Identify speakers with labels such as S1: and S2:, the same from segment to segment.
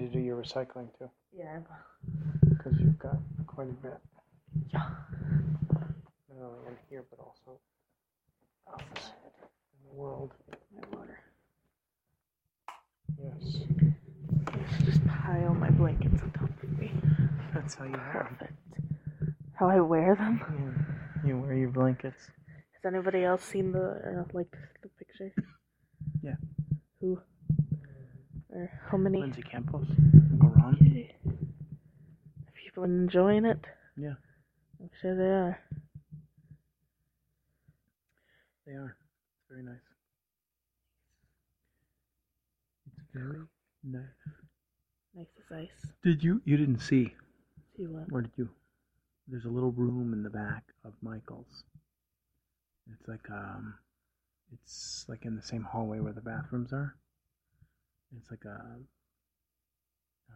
S1: recycling too,
S2: Yeah.
S1: because you've got quite a bit.
S2: Yeah.
S1: Not only in here, but also
S2: Outside.
S1: in the world.
S2: My water.
S1: Yes.
S2: Let's just pile my blankets on top of me.
S1: That's how you have.
S2: Perfect. How I wear them.
S1: You wear your blankets.
S2: Has anybody else seen the uh, like the picture?
S1: Yeah.
S2: Who? Or how many?
S1: Lindsay Campos. Go wrong.
S2: Okay. Are people enjoying it?
S1: Yeah.
S2: I'm sure they are.
S1: They are. It's very nice. It's very nice.
S2: Nice as ice.
S1: Did you? You didn't see.
S2: See what?
S1: Where did you? There's a little room in the back of Michael's. It's like um, it's like in the same hallway where the bathrooms are. It's like a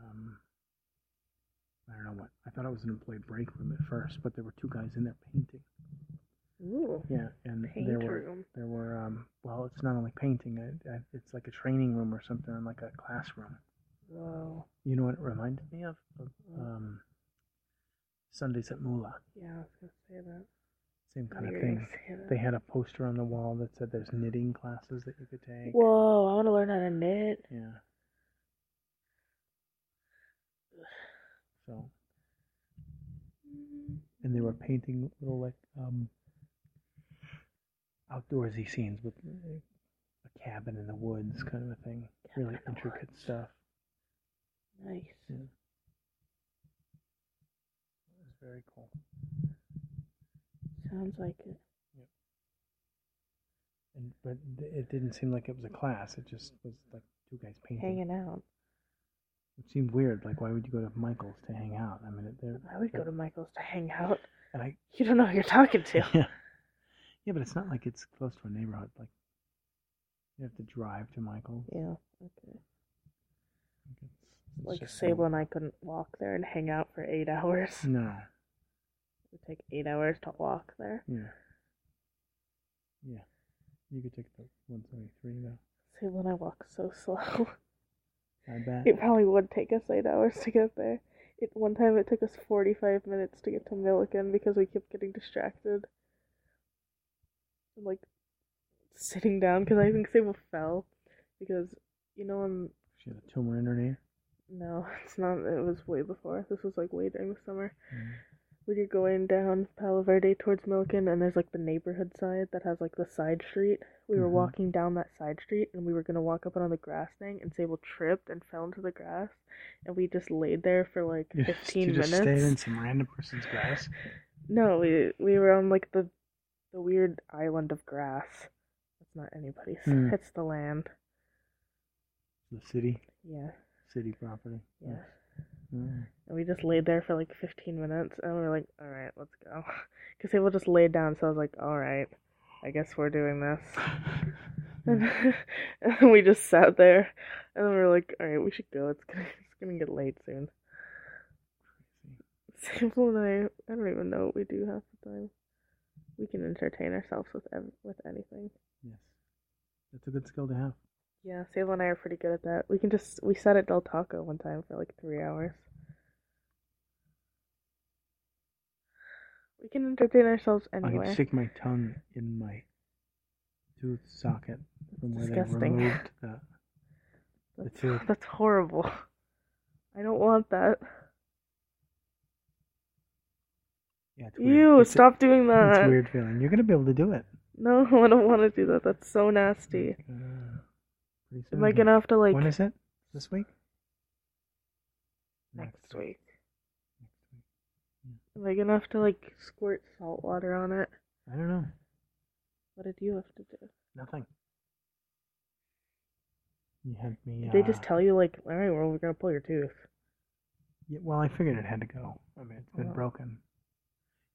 S1: um, I don't know what. I thought it was an employee break room at first, but there were two guys in there painting.
S2: Ooh.
S1: Yeah, and
S2: Paint
S1: there were
S2: room.
S1: there were um, well, it's not only painting. I, I, it's like a training room or something, and like a classroom.
S2: Whoa.
S1: You know what it reminded me of? of
S2: What?
S1: um, Sundays at Moolah.
S2: Yeah, I was gonna say that.
S1: Same kind
S2: You're
S1: of
S2: gonna
S1: thing.
S2: say that.
S1: They had a poster on the wall that said there's knitting classes that you could take.
S2: Whoa! I want to learn how to knit.
S1: Yeah. So, and they were painting little like um, outdoorsy scenes with uh, a cabin in the woods kind of a thing. really
S2: Cabin in the
S1: intricate stuff.
S2: Nice.
S1: Yeah. It was very cool.
S2: Sounds like it.
S1: And but th- it didn't seem like it was a class. It just was like two guys painting.
S2: Hanging out.
S1: It seemed weird. Like, why would you go to Michael's to hang out? I mean, it, they're
S2: I would go to Michael's to hang out.
S1: and I
S2: You don't know who you're talking to.
S1: yeah, yeah, but it's not like it's close to a neighborhood. Like, you have to drive to Michael's.
S2: yeah. Okay.
S1: Like, it's, it's
S2: Like
S1: just
S2: Sable and I couldn't walk there and hang out for eight hours.
S1: not- No,
S2: It would take eight hours to walk there.
S1: yeah, yeah. You could take the one seventy three though.
S2: Sable and I walk so slow.
S1: I bet.
S2: It probably would take us eight hours to get there. It one time it took us forty five minutes to get to Milliken because we kept getting distracted. And, like sitting down because I think Sable fell because you know when
S1: She had a tumor in her knee.
S2: no it's not it was way before this was like way during the summer when you're going down Palo Verde towards Milliken and there's like the neighborhood side that has like the side street. We were
S1: Mhm.
S2: walking down that side street and we were gonna walk up on the grass thing and Sable tripped and fell into the grass and we just laid there for like
S1: You just-
S2: fifteen
S1: you just stayed in
S2: minutes.
S1: some random person's grass.
S2: No, we we were on like the the weird island of grass. It's not anybody's.
S1: Mm.
S2: It's the land.
S1: The city,
S2: Yeah.
S1: city property.
S2: Yeah.
S1: Mm.
S2: And we just laid there for like 15 minutes and we were like, all right, let's go. Because Sable just laid down. So I was like, all right, I guess we're doing this. And, and we just sat there and then we were like, all right, we should go. It's gonna, it's gonna get late soon. Sable and I, I don't even know what we do half the time. We can entertain ourselves with ev- with anything.
S1: Yes, that's a good skill to have.
S2: Yeah, Sable and I are pretty good at that. We can just, we sat at Del Taco one time for like three hours. We can entertain ourselves
S1: I
S2: anywhere.
S1: can stick my tongue in my tooth socket from where they
S2: Disgusting.
S1: removed the. the
S2: That's,
S1: tooth.
S2: that's horrible. I don't want that.
S1: Yeah, it's weird.
S2: Ew,
S1: It's a-
S2: stop doing
S1: it's a
S2: that.
S1: weird feeling. You're gonna be able to do it.
S2: No, I don't want to do that. That's so nasty.
S1: Uh, pretty
S2: Am I
S1: soon.
S2: gonna have to like
S1: when is it? This week?
S2: next week?
S1: Hmm.
S2: Am I gonna have to like squirt salt water on it?
S1: I don't know.
S2: What did you have to do?
S1: Nothing. You had me.
S2: Did They just
S1: uh,
S2: tell you like, all right, well, we're gonna pull your tooth.
S1: Yeah, well, I figured it had to go. I mean, it's been
S2: Oh.
S1: broken.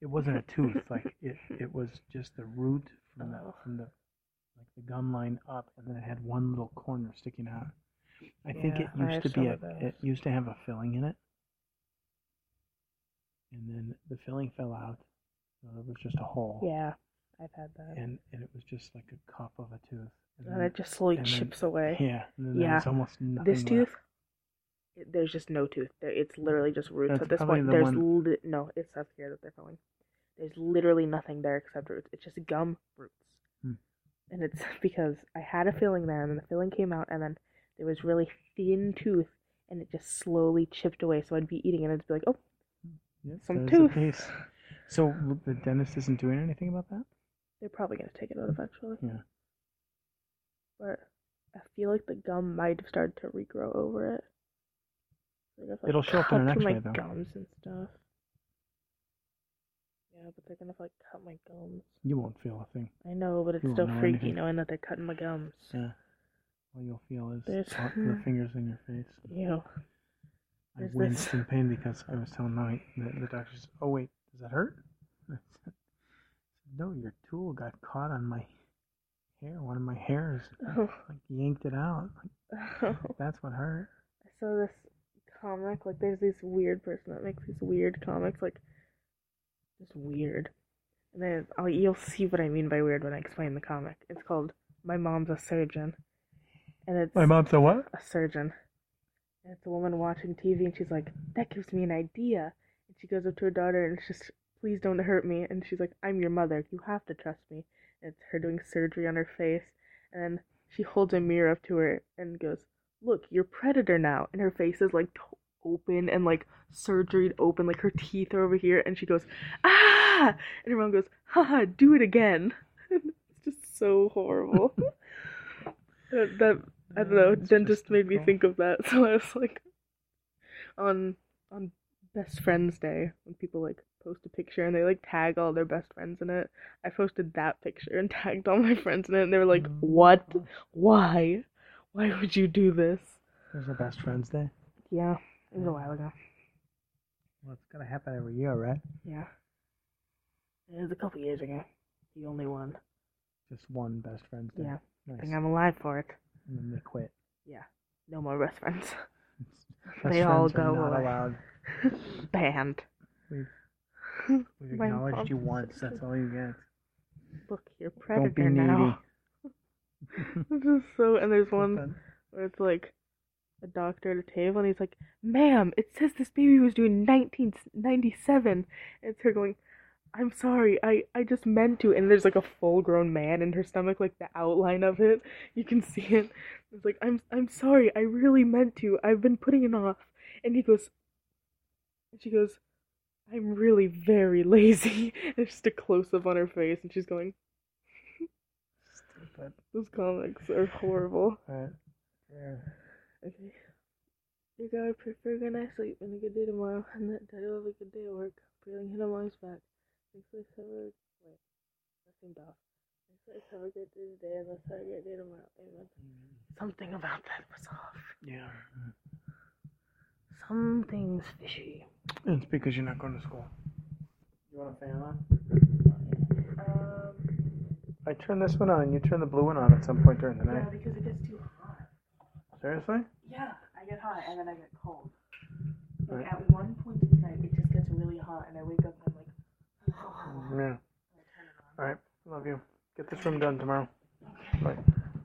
S1: It wasn't a tooth. Like it, it was just the root from the
S2: Oh.
S1: from the like the gum line up, and then it had one little corner sticking out. I think it
S2: Yeah,
S1: used
S2: I
S1: to
S2: have
S1: be
S2: some
S1: a,
S2: of those.
S1: it used to have a filling in it, and then the filling fell out. So it was just a hole.
S2: Yeah, I've had that.
S1: And and it was just like a cup of a tooth.
S2: and it just slowly
S1: and then-
S2: chips away.
S1: yeah. And then there
S2: Yeah.
S1: was almost nothing
S2: This
S1: left.
S2: tooth it- there's just no tooth. There, it's literally just roots
S1: That's
S2: at this
S1: probably
S2: point.
S1: the
S2: there's
S1: one-
S2: li- no, it's South Korea that they're filming. There's literally nothing there except roots. It's just gum roots,
S1: Hmm.
S2: and it's because I had a filling there, and then the filling came out, and then there was really thin tooth, and it just slowly chipped away. So I'd be eating, and it'd be like, oh,
S1: Yes,
S2: Some
S1: that is the
S2: tooth.
S1: case. So w- the dentist isn't doing anything about that.
S2: they're probably gonna take it out eventually.
S1: Yeah.
S2: But I feel like the gum might have started to regrow over it. Like, I've, like,
S1: It'll show up in an
S2: cut through
S1: X-ray, though.
S2: my gums and stuff. Yeah, but they're gonna like cut my gums.
S1: You won't feel a thing.
S2: I know, but it's
S1: You won't
S2: still
S1: know
S2: freaky
S1: anything.
S2: knowing that they're cutting my gums.
S1: Yeah. All you'll feel is
S2: There's-
S1: all- the fingers in your face.
S2: Ew.
S1: I
S2: There's
S1: winced
S2: this-
S1: in pain because I was telling my the, the doctor, says, "Oh wait, does that hurt?" I said, "No, your tool got caught on my hair. One of my hairs,
S2: Oh.
S1: like yanked it out.
S2: I
S1: That's what hurt."
S2: saw this comic. Like, there's this weird person that makes these weird comics. Like, just weird. And then I'll, you'll see what I mean by weird when I explain the comic. It's called "My Mom's a Surgeon," and it's
S1: mom's a what?
S2: a surgeon. And it's a woman watching TV, and she's like, "That gives me an idea." And she goes up to her daughter, and it's just, "Please don't hurt me." And she's like, "I'm your mother. You have to trust me." And it's her doing surgery on her face, and then she holds a mirror up to her and goes, "Look, you're predator now." And her face is like t- open and like surgeried open, like her teeth are over here, and she goes, "Ah!" And her mom goes, "Haha, do it again." it's just so horrible. that, that I don't know. Dentist made me think of that, so I was like, on on best friends day when people like post a picture and they like tag all their best friends in it. I posted that picture and tagged all my friends in it, and they were like, "What? Why? Why would you do this?"
S1: There's a best friends day.
S2: Yeah, it was a while ago.
S1: Well, it's gonna happen every year, right?
S2: Yeah, it was a couple years ago. The only one.
S1: Just one best friends day.
S2: Yeah, I
S1: Nice.
S2: think I'm alive for it.
S1: And then they quit.
S2: No more best friends.
S1: Best
S2: They all
S1: friends are
S2: go
S1: not
S2: away.
S1: allowed.
S2: Banned.
S1: We've- We've
S2: My
S1: acknowledged you
S2: mom's a
S1: once. That's all you get.
S2: Look, you're
S1: Don't be
S2: predator now.
S1: needy.
S2: This is so. And there's one where it's like a doctor at a table and he's like, "Ma'am, it says this baby was due in 1997." And it's her going, "I'm sorry, I I just meant to." And there's like a full-grown man in her stomach, like the outline of it, you can see it. It's like, "I'm I'm sorry, I really meant to. I've been putting it off." And he goes, and she goes, "I'm really very lazy." And it's just a close-up on her face, and she's going,
S1: Stupid.
S2: "Those comics are horrible."
S1: Alright. Yeah.
S2: Okay. Dear God, I pray for a good night's sleep and a good day tomorrow, and that Daddy will have a good day at work. Feeling hit on my back. Thanks for cover. Wait, that seemed off. Thanks for have a great day today, and let's have a great day tomorrow. Amen. Something about that was off.
S1: Yeah.
S2: Something's fishy.
S1: It's because you're not going to school. You want a fan on?
S2: Um,
S1: I turned this one on. You turned the blue one on at some point during the night.
S2: yeah, because it gets too hot.
S1: Seriously?
S2: Yeah, I get hot and then I get cold. Like
S1: Right.
S2: at one point in the night, it just gets really hot, and I wake up and I'm like,
S1: Yeah. All right. Love you. Get this room done tomorrow. Bye.